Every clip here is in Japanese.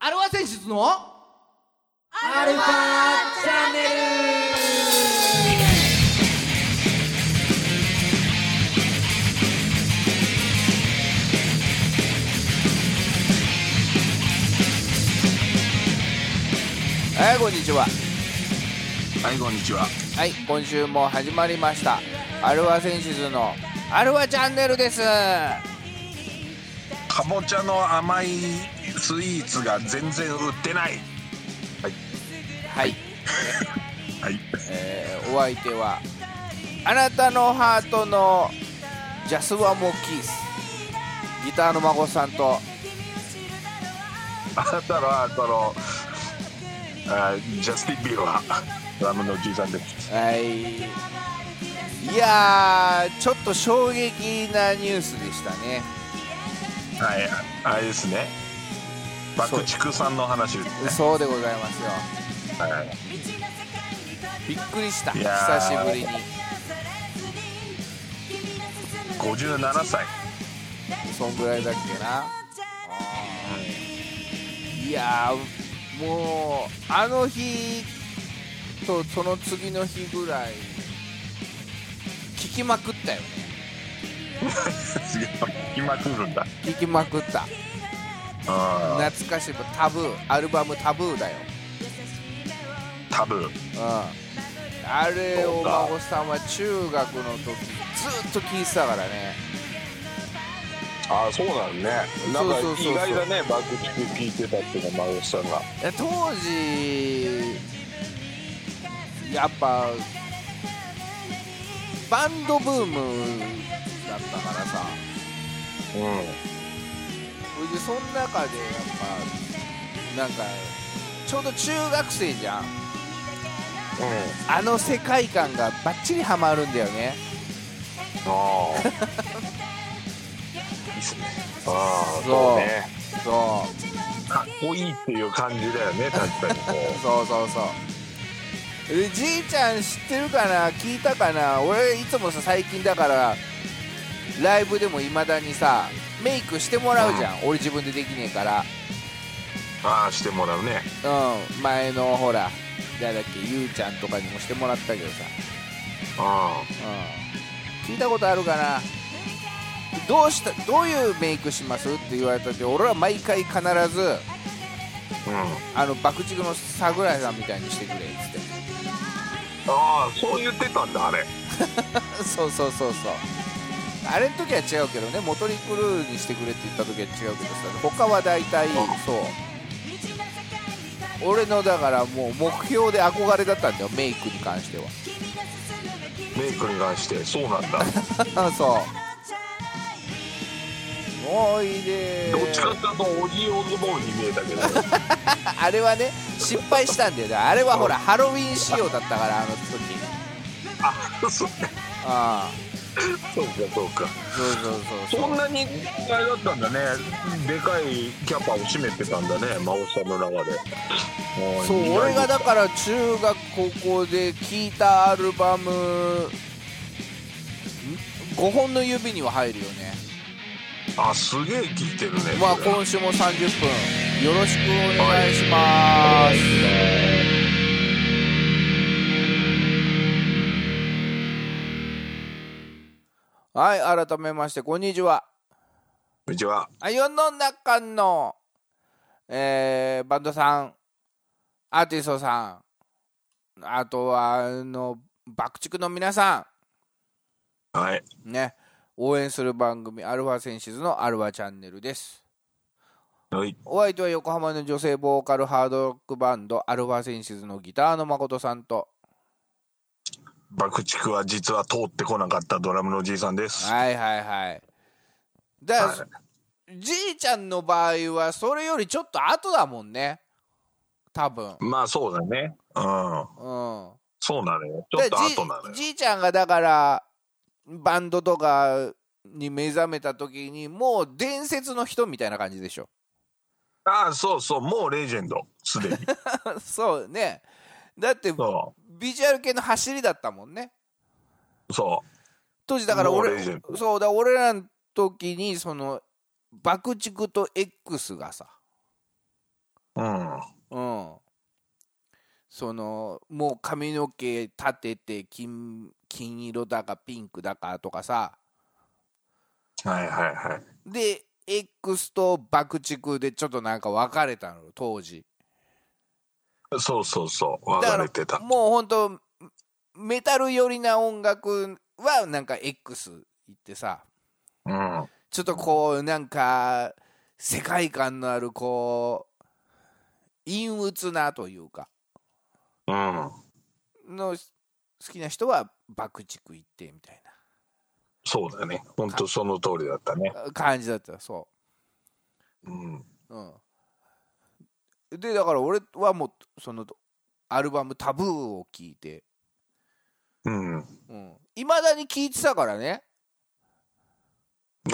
アルファ選出のアルファチャンネルはいこんにちははいこんにちははい今週も始まりましたアルファセンシズのアルファチャンネルですかぼちゃの甘いスイーツが全然売ってないはい、はいえー、お相手はあなたのハートのジャスワモキースギターの孫さんとあなたのあなたのあジャスティン・ビーバーラムのおじいさんですはいいやーちょっと衝撃なニュースでしたねはいあれですね爆竹さんの話ですねそうでございますよはいびっくりしたいやー久しぶりに57歳そんぐらいだっけなうんいやーもうあの日とその次の日ぐらい聞きまくったよねすげえ聞きまくるんだ聞きまくったうん懐かしい「タブー」アルバム「タブー」だよ、多分うん、あれをお孫さんは中学の時ずっと聞いてたからねああそうなんねなんかそうそうそうそう意外だね爆竹聞いてたっていうの孫さんがえ当時やっぱバンドブームだったからさうそれでその中でやっぱなんかちょうど中学生じゃんんうんあの世界観がバッチリハマるんだよねあ あ。いいっすね。ああ、そうそうね。そうかっこいいっていう感じだよね、確かにこそうそうそうでじいちゃん知ってるかな聞いたかな俺いつもさ最近だからライブでもいまだにさメイクしてもらうじゃん、俺自分でできねえからう。ああ、してもらうね。うん、前のほら、誰だっけ、ゆうちゃんとかにもしてもらったけどさ、あうん、聞いたことあるかな、どうしたどういうメイクしますって言われたって、俺は毎回必ず、あ、うん。あの爆竹の桜井さんみたいにしてくれっつっああ、そう言ってたんだ、あれ。て、そうそうそうそう。あれの時は違うけどね、モトリクルーにしてくれって言った時は違うけどさ、他は大体、そう、俺のだからもう目標で憧れだったんだよ、メイクに関しては。 メイクに関して、そう なんだ。あそう もういいでどっちかっていうと、オギーオズボーンに見えたけど。 あれはね失敗したんだよねあれはほらハロウィン仕様だったからあの時あそうか、あそうか、そうか。あそうそうそうそそうんなに、あれだったんだね。でかいキャパを占めてたんだね、真央さんの中で。もそう意外俺がだら。から中学高校で聴いたアルバム5本の指には入るよねあ、すげえ聞いてるね。まあそれ今週も30分よろしくお願いします、はい、改めまして、こんにちは。こんにちは。あ世の中の、えーバンドさんアーティストさんあとはあの爆竹の皆さはい。んね応援する番組「アルファセンシズ」の「アルファチャンネル」ですはい。お相手は横浜の女性ボーカルハードロックバンドアルファセンシズのギターの誠さんと爆竹は実は通ってこなかったドラムのおじいさんです。はいはいはいだから、はじいちゃんの場合はそれよりちょっと後だもんね多分まあそうだね。うん。うんそうなのよ。ちょっでと後なのよじ。じいちゃんがだからバンドとかに目覚めた時にもう伝説の人みたいな感じでしょ ああ、そうそう。もうレジェンド。す でに。そうねだってそビジュアル系の走りだったもんねう。そ当時だからもう俺レジェンドそうだ俺らの時にその爆竹と X がさう。うんそのもう髪の毛立てて金金色だかピンクだかとかさはいはいはいで X と爆竹でちょっとなんか分かれたの当時そうそうそう分だかかられてたもうほんとメタル寄りな音楽はなんか X 行ってさうんちょっとこうなんか世界観のあるこう陰鬱なというかうんの好きな人は爆竹行ってみたいそうだね本当その通りだったねな感じだったそうんううんでだから俺はもうそのアルバム「タブー」を聞いてうんいま、未だに聞いてたからね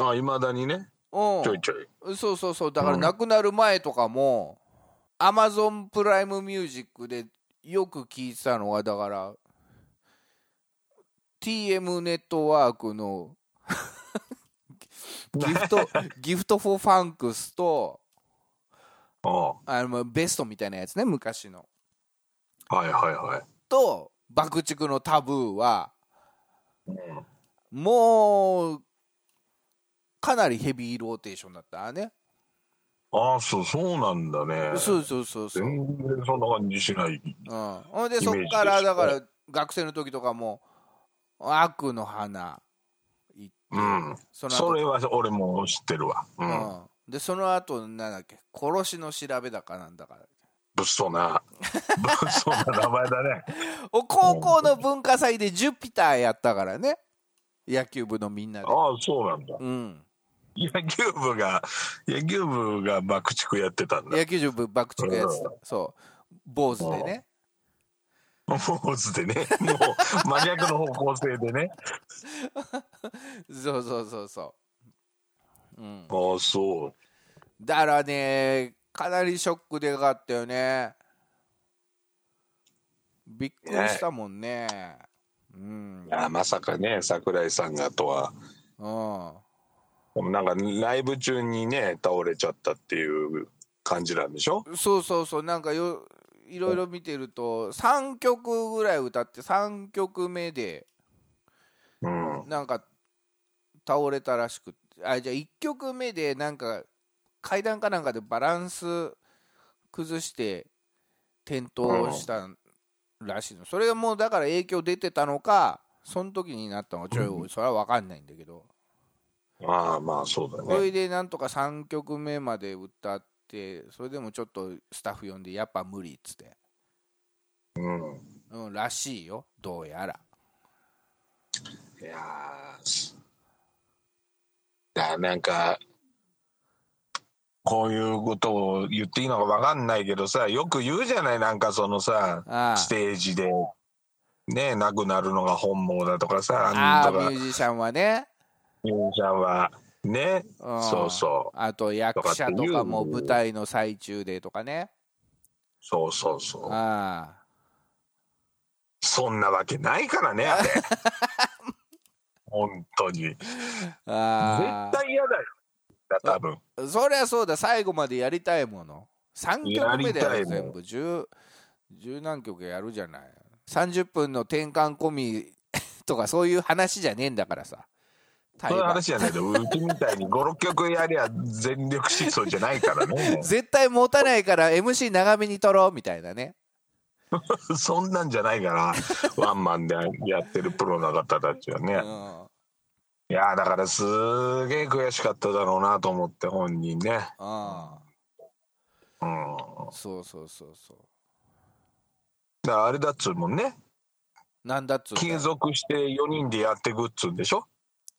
あいまだにねうんちょいちょいそうそうそうだからうん亡くなる前とかも Amazon プライムミュージックでよく聞いてたのはだから TM ネットワーク のギフト「 ギフト・フォー・ファンクスと」ああのベストみたいなやつね昔のあはいはいはいと「爆竹のタブーは」うんもうかなりヘビーローテーションだったね、ああそうそうなんだねそうそうそうそう全然そんな感じしないうん、ほんでイメそーっジでからすだから学生の時とかも「悪の花」行って、うんその後それは俺も知ってるわうん、うんでその後なんだっけ「殺しの調べだかなんだか」物 騒な物騒な名前だねお高校の文化祭でジュピターやったからね野球部のみんなで、ああそうなんだうん、野球部が野球部が爆竹やってたんだ野球部爆竹やつうんそう坊主でねもうすでねもう真逆の方向性でねそうそうそうそう、うん、ああそうだからねかなりショックでかかったよねびっくりしたもんねうんいやまさかね桜井さんがとはうんでもなんかライブ中にね倒れちゃったっていう感じなんでしょそうそうそうなんかよいろいろ見てると3曲ぐらい歌って3曲目でうんなんか倒れたらしくあじゃあ1曲目でなんか階段かなんかでバランス崩して転倒したらしいのそれがもうだから影響出てたのかその時になったのかちょいそれは分かんないんだけどああまあそうだそねれでなんとか3曲目まで歌ってそれでもちょっとスタッフ呼んでやっぱ無理っつってうんうんらしいよどうやらいやーだなんかこういうことを言っていいのか分かんないけどさよく言うじゃないなんかそのさああステージでね亡くなるのが本望だとかさあああんとかミュージシャンはねミュージシャンはねうんそうそうあと役者とかもとかっていう舞台の最中でとかねそうそうそうあそんなわけないから ねあれ本当に絶ああ対嫌だよだ多分あそりゃそうだ最後までやりたいもの3曲目だやよりたい全も部十十何曲やるじゃない30分の転換込み とかそういう話じゃねえんだからさ対そういう話話じゃないけどうちみたいに56曲やりゃ全力疾走じゃないか らね絶対持たないから MC 長めに撮ろうみたいなねそんなんじゃないからワンマンでやってるプロの方たちはね、うんいやだからすげえ悔しかっただろうなと思って本人ねあうんあそうそうそうそうだからあれだっつうもんねなんだっつうんだ継よ続して4人でやってくっつうんでしょ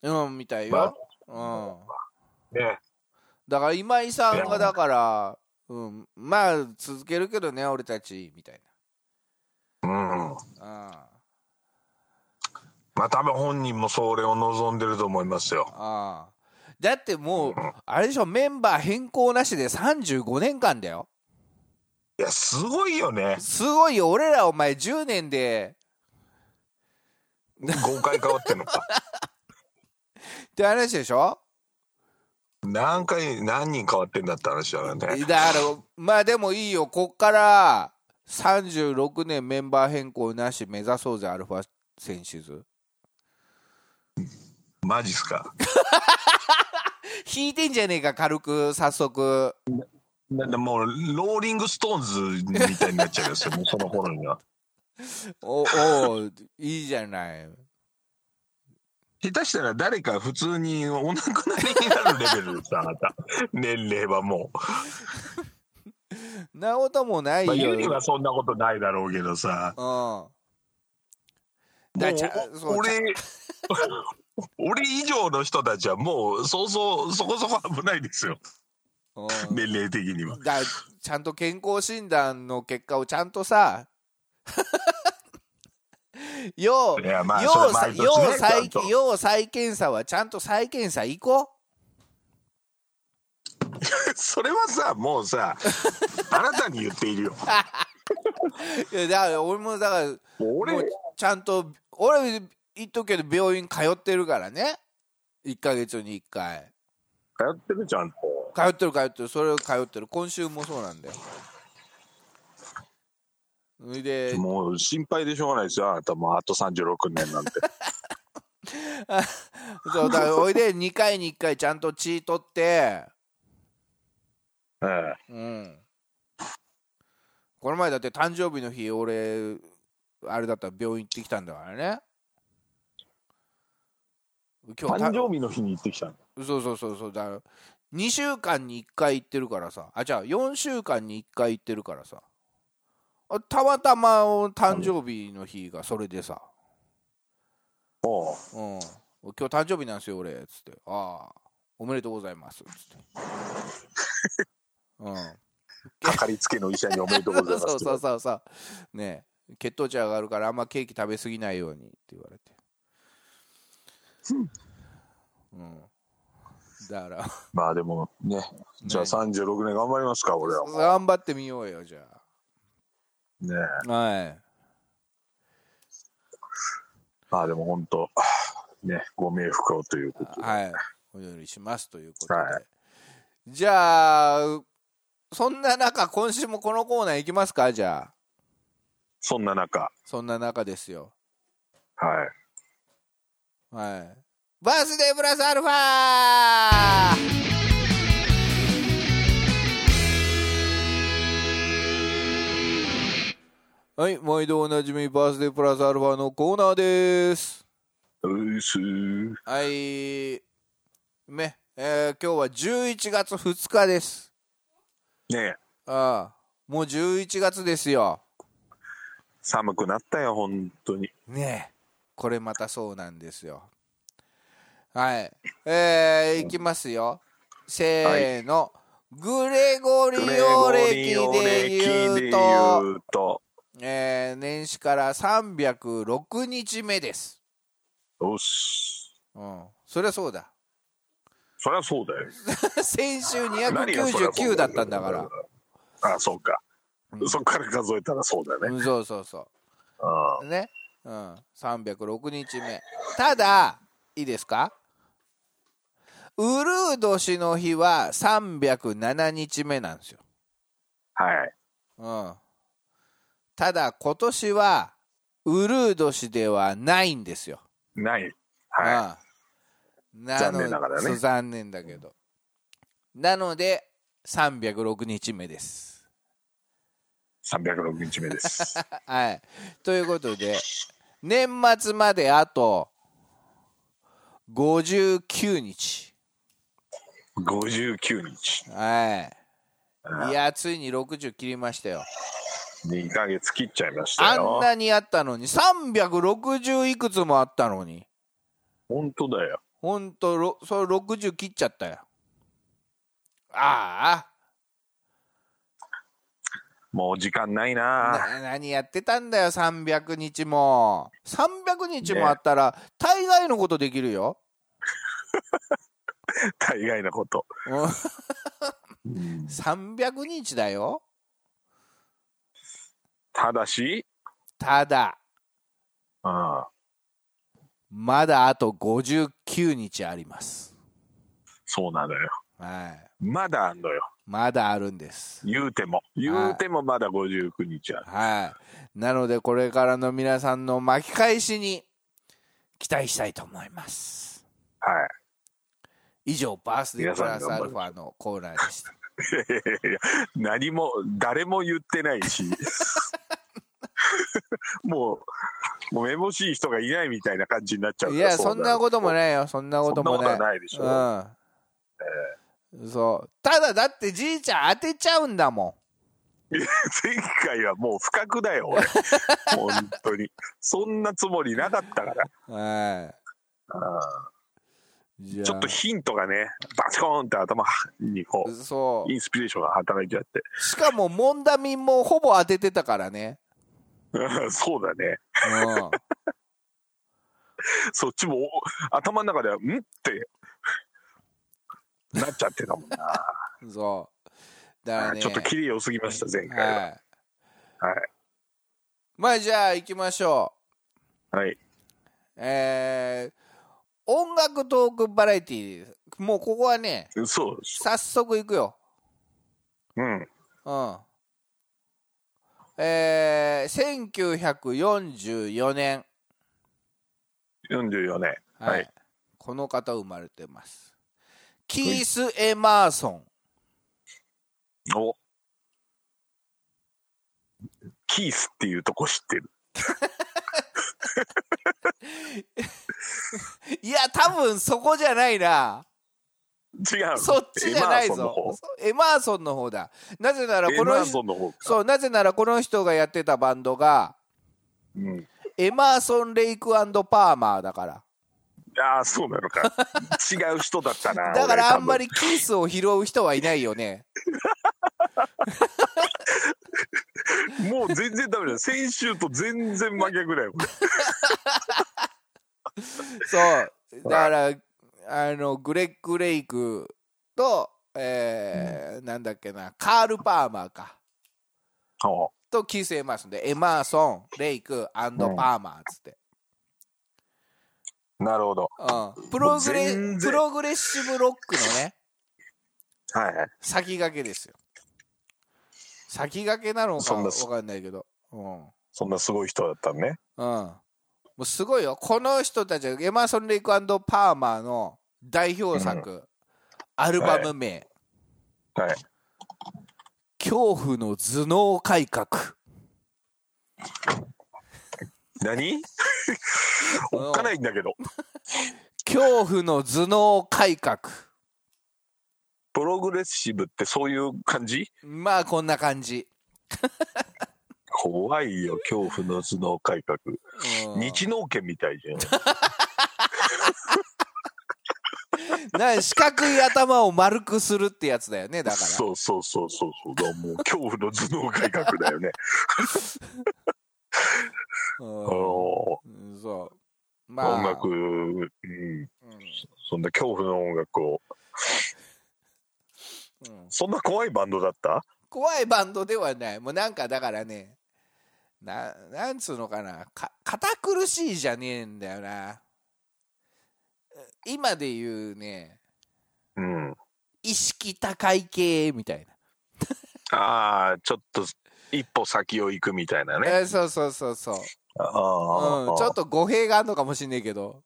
うんみたいよ、うん、ねだから今井さんいがやだから、うん、まあ続けるけどね俺たちみたいうんなあまあ多分本人もそれを望んでると思いますよあだってもううんあれでしょメンバー変更なしで35年間だよいやすごいよ ねすごいよ俺らお前10年で5回変わってんのかって話でしょ何回、何人変わってんだって話だからね。だからまあでもいいよこっから36年メンバー変更なし目指そうぜアルファ選手図マジっすか。引いてんじゃねえか軽く早速だってもう、ローリングストーンズみたいになっちゃうんですよ、 もうその頃には。おおういいじゃない下手したら誰か普通にお亡くなりになるレベルです、あ なた。年齢はも。なこともないうよ、まあ、ゆりはそんなことないだろうけどさ。うんだからちゃもうそうちゃ俺、 俺以上の人たちはもう、そうそう、そこそこ危ないですよ、うん年齢的には。だからちゃんと健康診断の結果をちゃんとさ 要いやまあ要それはさ毎年ね要ちゃ再んと要再検査はちゃんと再検査行こそれはさ、もうさ、あなたに言っている よ。ういやだから俺もだからもう俺もうちゃんと俺言っとくけど病院通ってるからね1ヶ月に1回通ってるじゃんと。通ってる通ってるそれを通ってる今週もそうなんだよそれでもう心配でしょうがないですよ、あなたもうあと36 年なんて。そうだからおいで2回に1回ちゃんと血取ってえうんこの前だって誕生日の日俺あれだったら病院行ってきたんだからねえ今日た誕生日の日に行ってきたの。そうそうそうそうだから2週間に1回行ってるからさあじゃあ4週間に1回行ってるからさあたまたま誕生日の日がそれでさおう「うん、今日誕生日なんですよ俺」っつって「ああおめでとうございます」っつって。うんかかりつけの医者におめでとうございます。 そうそうそうそうねえ血糖値上がるからあんまケーキ食べ過ぎないようにって言われてうんだからまあでもね、じゃあね36年頑張りますか、俺はも頑張ってみようよじゃう。ねえあはいまあでも本当、ね、ご冥福をということで。はいお祈りしますということで、はいじゃあそんな中今週もこのコーナー行きますかじゃあそんな中、そんな中ですよはい。はいバースデープラスアルファはい、毎度おなじみバースデープラスアルファのコーナーです。うっすーはい、ね、えー今日は11月2日です。ねえああ、もう11月ですよ。寒くなったよ、本当に。ねえ、これまたそうなんですよ。はい、えーいきますよ。せーの、グレゴリオ歴で言うと。うと、えー年始から306日目です。おっす。うん、そりゃそうだ。 そりゃそうだよ。先週何がそりゃそう299だったんだから。。あ、そうか。うんそっから数えたらそうだよね。うん、そうそうそあう。ね。うん、306日目。ただ、いいですかウルー年の日は307日目なんですよ。あはい。うん。ただ、今年はウルー年ではないんですよ。ない。はああの残念ながらねそう残念だけどなので306日目ですい。306日目です。 はいということで年末まであと59日59日。はいいやついに60切りましたよ2ヶ月切っちゃいましたあんよ。なにあったのに360いくつもあったのに本当だよ。ほんとろそれ60切っちゃったよああもう時間ないな。な何やってたんだよ300日も300日もあったら、大概のことできるよ、大概なこと。うんうん300日だよただし、ただうんまだあと59日ありますそうなのよ。はい、まだあんのよ。まだあるんです言うても。言うてもまだ59日ある。はいなのでこれからの皆さんの巻き返しに期待したいと思いますはい。以上バースデープラスアルファのコーナーでしたいやいやいや何も誰も言ってない しもうもうめぼしい人がいないみたいな感じになっ ちゃういいやそんなこともいないよそんなこともそんないなことはないでしょうんそうただだってじいちゃん当てちゃうんだも前回はもう不覚 だよ俺本当にそんなつもりなかったからんはあいじゃーあちょっとヒントがねバチコーンって頭にこうそインスピレーションが働いちゃって うしかもモンダミンもほぼ当ててたからねそうだねうんそっちもお頭の中では「ん?」ってなっちゃってたもんなそう。だからね。 ちょっとキリ良すぎました前回ははい。はいまあじゃあ行きましょはい、う。えー、音楽トークバラエティー。もうここはね、そうです早速行くよ。うんうん。えー、1944年。 44年はいこの方生まれてます。キース・エマーソン。おキースっていうとこ知ってるいや、多分そこじゃないな。違うそっちじゃないエマーソンの方ぞ。エマーソンの方だ。なぜならエこマのー人ソンの方かそうなぜならこの人がやってたバンドがうん、エマーソン・レイクパーマーだからああそうなのか違う人だった なだから俺あんまりキースを拾う人はいないよ ね多分もう全然ダメだ先週と全然真逆だよ これそうだからあのグレッグ・レイクと、えーなんだっけなカール・パーマーかおとキース・エマーソンでエマーソン・レイクパーマーっつって、なるほどうん、プログレもう全プ然ログレッシブロックのねはいはい先駆けですよ先駆けなのかそんなわかんないけどうんそんなすごい人だったのねうん。もうすごいよ。この人たちはエマーソン・レイクパーマーの代表作、アルバム名、はい恐怖の頭脳改革。何 おっかないんだけど恐怖の頭脳改革。プログレッシブってそういう感じまあ、こんな感じ。怖 いよ恐怖の頭脳改革うん 日農研みたいじゃんな四角い頭を丸くするってやつだよね、だから。そうそうそうそうそうだもう恐怖の頭脳改革だよねあ うのんそう。まあ、音楽、うん、うんそんな恐怖の音楽をうんそんな怖いバンドだった怖いバンドではない。もうなんかだからね、ななんつうのかなか、堅苦しいじゃねえんだよな。今で言うね、うん意識高い系みたいああちょっと一歩先を行くみたいなな。ねえそうそうそうそう。うん、ちああ、ょっと語弊があるのかもしんねえけど。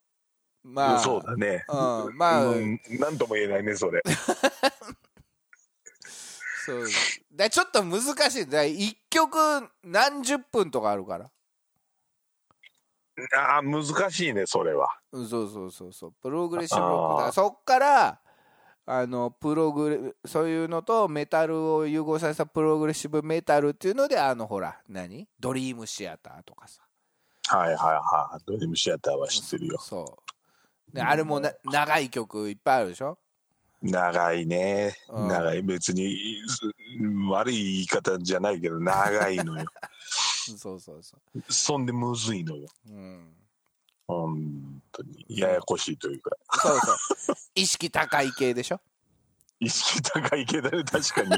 まあ、そうだねうんまあうんなんとも言えないねそれそうだちょっと難しい。だ一曲何十分とかあるから。ああ難しいねそれはうんそうそうそうそうプログレッシブロックだかあらーそっからあのプログレそういうのとメタルを融合させたプログレッシブメタルっていうのであのほら何ドリームシアターとかさはいはいはいドリームシアターは知ってるよそうであれもな長い曲いっぱいあるでしょ長いね、うん長い別にす悪い言い方じゃないけど長い のよそうそうそそんでむずいのよう、うん、本当にややこしいというかそうそう 意識高い系でしょ意識高い系だね 確かに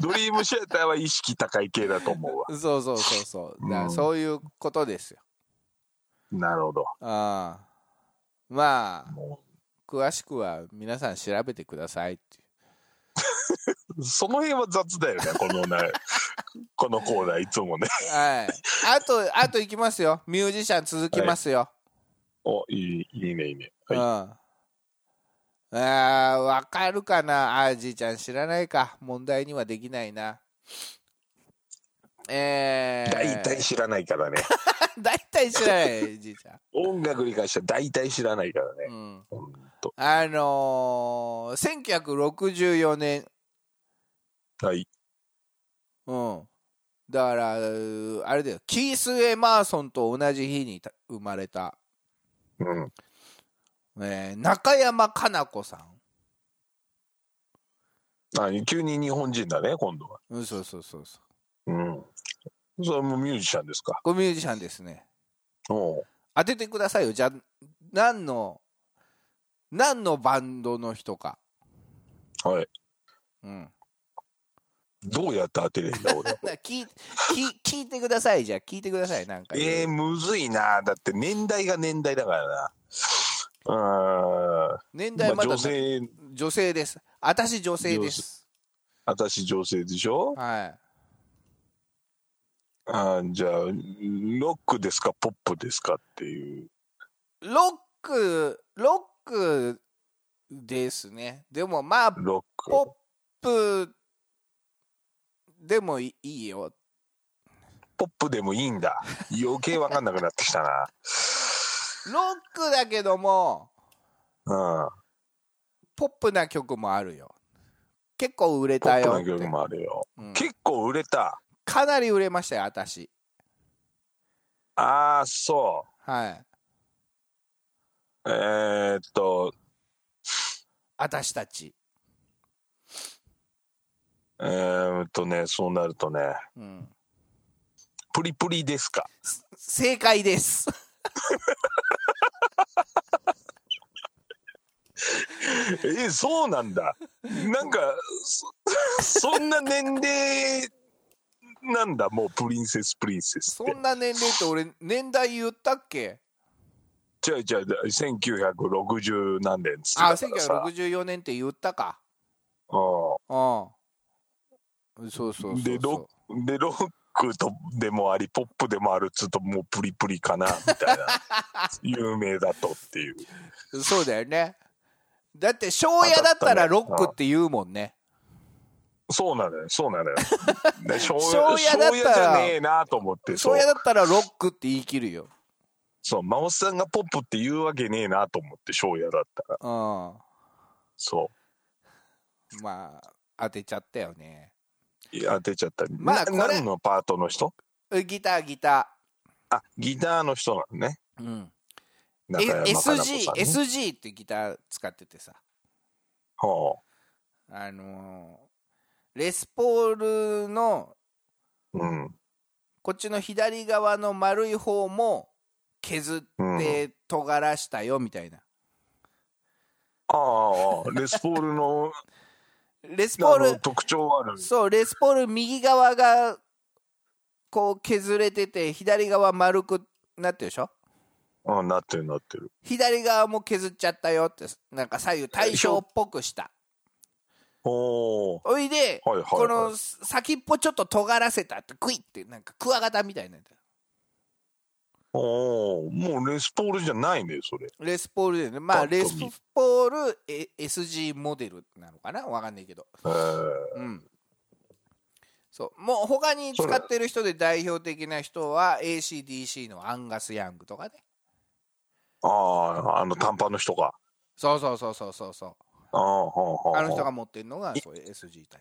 ドリームシアターは意識高い系だと思うわそうそうそうそうだかうらんそういうことですよなるほどああまあも詳しくは皆さん調べてくださいっていうその辺は雑だよね、このね、 このコーナーいつもね。はい。あと、あと行きますよ。ミュージシャン続きますよ。お、いい、いいね、いいね。はい。うん。ああ、わかるかなあーじいちゃん知らないか。問題にはできないな。えー、大体知らないからね。 大体知らない、じいちゃん。音楽に関しては大体知らないからね。うん。ほんと。あのー、1964年。はい。うん。だから、うーあれだよ。キース・エマーソンと同じ日にた生まれた、うん。えー中山かな子さん。あ、急に日本人だね、今度は。うん、そうそうそうそう。うん。それもミュージシャンですか。ごミュージシャンですね。おう当ててくださいよ。じゃあ、何の、何のバンドの人か。はい。うん。どうやって当てれんだ、俺。だから聞い聞い聞いてください。じゃあ、聞いてください。なんか。 えー、むずいな。だって年代が年代だからな。うーん。年ま代あ、まだ、女性、女性です。私女性です。私女性でしょはい。あーじゃあ、ロックですか、ポップですかっていう。ロック、ロックですね。でもまあ、ロック。ポップでもいいよ。ポップでもいいんだ。余計わかんなくなってきたロックだけども、な。うん。ポップな曲もあるよ。結構売れポたップよっなて。曲もあるよ。うん結構売れた。かなり売れましたよ、私。ああ、そはい。う。えー、っと、私たち。えー、っとね、そうなるとね、うん。プリプリですか。す正解 です。えー、そうなんだ。なんか、そ そんな年齢なんだ、もうプリンセスプリンセスそってん。な年齢って俺、年代言ったっけ違う違う、1960何年っつってあ、たからさ。 1964年って言ったか。うんうん。そうそうそうそう。でロッでロックとでもありポップでもあるっつうともうプリプリかなみた いな有名だとっていうそうだよね。だって、庄屋だったらロックって言うもんね。そうなのよそう なのよで庄庄屋だったら庄屋じゃねえなと思ってそ庄う屋だったらロックって言い切るよ。そう真央さんがポップって言うわけねえなと思って庄屋だったらうん。まそあ、当てちゃったよね。ういや当てちゃったまあなこれ何のパートの人ギター、ギタあギターの人なのねー。うん。中山 SG 加奈子さん、ね SG ってギター使っててさ。ほあのーレスポールのううんこっちの左側の丸い方も削って尖らしたよみたいな。ああああレスポー ルのレスポあーのル、特徴あるそう、レスポール右側がこう削れてて、左側丸くなってるでしょうんなってるなってる左側も削っちゃったよって、なんか左右対称っぽくした。おおおいで、はいはいはいこの先っぽちょっと尖らせたって、クイって、なんかクワガタみたいな。おおもうレスポールじゃないねそれレスポールでね。まパあ、ッと見レスポールえ SG モデルなのかなわかんないけど。えーうん。そう。もう他に使ってる人で代表的な人は ACDC のアンガス・ヤングとかね。あああの短パンの人かそうそうそうそうそうそう。ああほうほうあの人が持ってるのがそういう SG タイ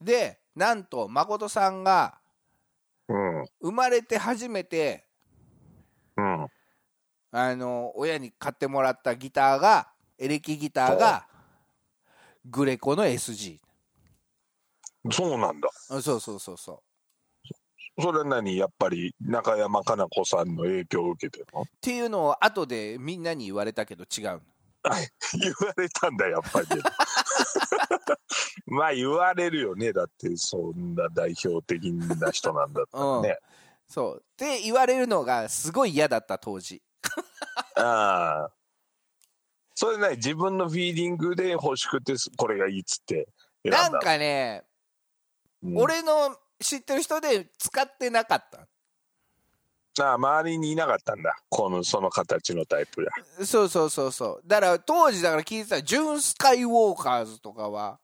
プ。で、なんと誠さんがうん生まれて初めて、うんあの、親に買ってもらったギターが、エレキギターが、グレコの SG。そうなんだうんそうそうそうそう。それは何やっぱり中山かな子さんの影響を受けてるの っていうのを後でみんなに言われたけど違うの言われたんだやっぱり まあ言われるよねだってそんな代表的な人なんだったらね、そうって言われるのがすごい嫌だった当時ああそれね自分のフィーリングで欲しくてこれがいいっつって選んだなん、かね、うん俺の知ってる人で使ってなかったああ周りにいなかったんだこのその形のタイプだそうそうそうそうだから当時だから聞いてたジュン・スカイウォーカーズとかは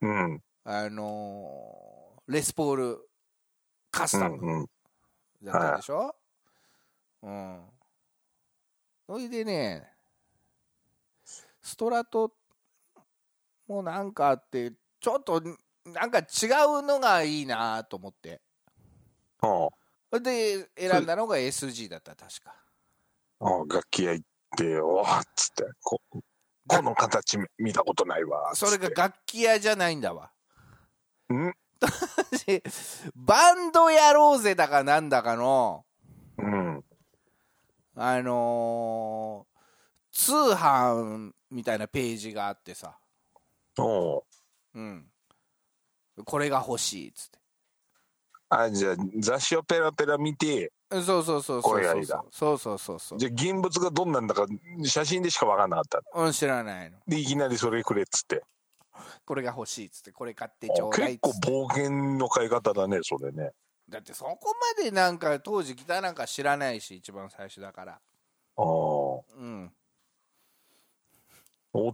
うんあのーレスポールカスうタんムうんだったでしょ、うんそれでねストラトもなんかあってちょっとなんか違うのがいいなと思ってあで選んだのが SG だった確かあああ楽器屋行っておおっつってここの形み見たことないわそれが楽器屋じゃないんだわ ん私バンドやろうぜだかなんだかのうんあのー通販みたいなページがあってさおううんこれが欲しいっつってあじゃあ雑誌をペラペラ見てうんそうそうそうそこうれがそいういだそうそうそうそうじゃあ現物がどんなんだか写真でしか分かんなかったうん知らないのでいきなりそれくれっつってこれが欲しいっつってこれ買ってちょうだいっ結つ構って冒険の買い方だねそれねだってそこまでなんか当時ギターなんか知らないし一番最初だからああおうん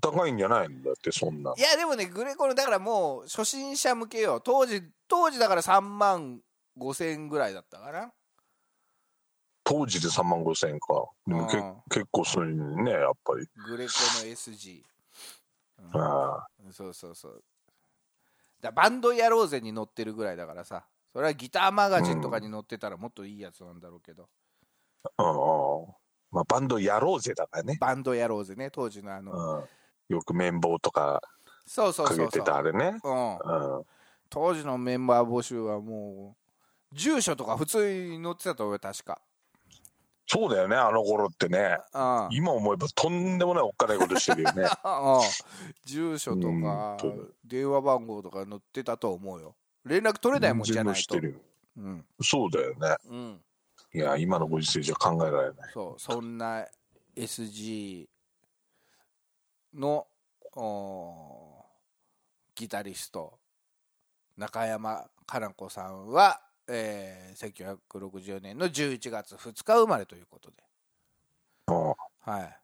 高いんじゃないのだってそんないやでもねグレコのだからもう初心者向けよ当時当時だから3万5千ぐらいだったかな当時で3万5千円かでもけうん結構するねやっぱりグレコの SG あそうそうそうだバンドやろうぜに載ってるぐらいだからさそれはギターマガジンとかに載ってたらもっといいやつなんだろうけど、あうんうんまあバンドやろうぜだからね、バンドやろうぜね当時のあの、うん、よく綿棒とかそうそうそかうそけうてたあれねうん、うん当時のメンバー募集はもう住所とか普通に載ってたと思うよ確かそうだよねあの頃ってねうん今思えばとんでもないおっかないことしてるよ ねうん住所とうんかそう電話番号とか載ってたと思うよ連絡取れないもんじゃないと全部してるようんそうだよねうんいや今のご時世じゃ考えられないそうそんな SG のおーギタリスト中山加奈子さんは、えー、1960年の11月2日生まれということでうんはい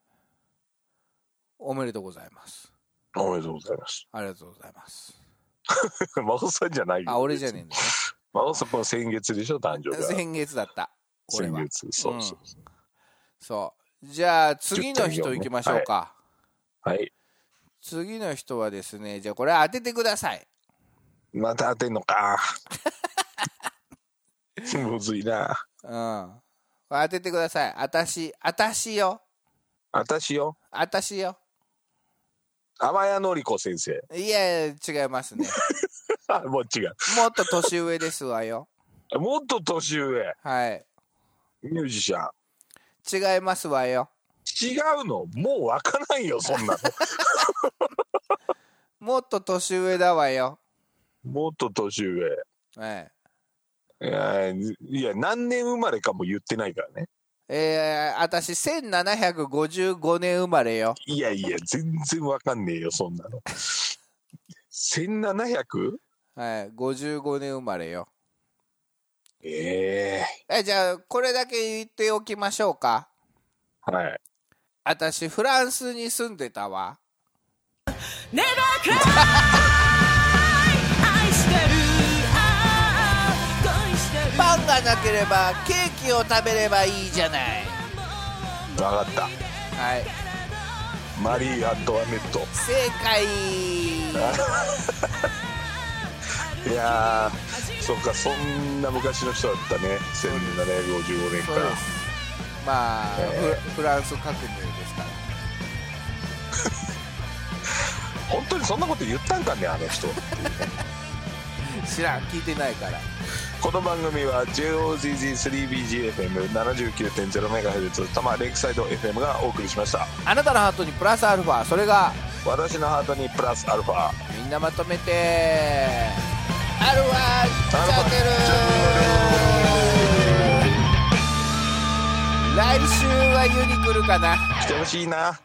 おめでとうございますおめでとうござ います。ありがとうございますマホさんじゃないよ。あ俺じゃねえんだねマホさんは先月でしょ、誕生日が。先月だった俺先は月。そうそうそう。そうじゃあ次の人行きましょうか、はい。次の人はですねじゃあこれ当ててくださいまた当てんの か。むずいな。うんこれ当ててくださいあたしあたしよあたしよ。あたしよ天谷のり子先生。 いや違いますねあもう違う。もっと年上ですわよもっと年上。はいミュージシャン。違いますわよ違うのもうわからんよ、そ んなもっと年上だわよの。もっと年上。はいいや、いや何年生まれかも言ってないからね。えー、あたし1755年生まれよいやいや、全然わかんねえよ、そんなの。1700? はい55年生まれよええじゃあこれだけ言っておきましょうかえはい。私フランスに住んでたわネバークライ愛してるああ恋してるパンがなければケーキを食べればいいじゃないわかった。はいマリー・アントワネット。正解いやー、そっか、そんな昔の人だったね。1755年か。そうですまあ、フフランス革命ですから本当にそんなこと言ったんかね、あの人。ら知らん聞いてないからこの番組は JOZZ3BGFM79.0MHz 多摩レイクサイド FM がお送りしました。あなたのハートにプラスアルファそれが私のハートにプラスアルファ。みんなまとめてアルファチャンネル来週はユニ来るかな来てほしいな。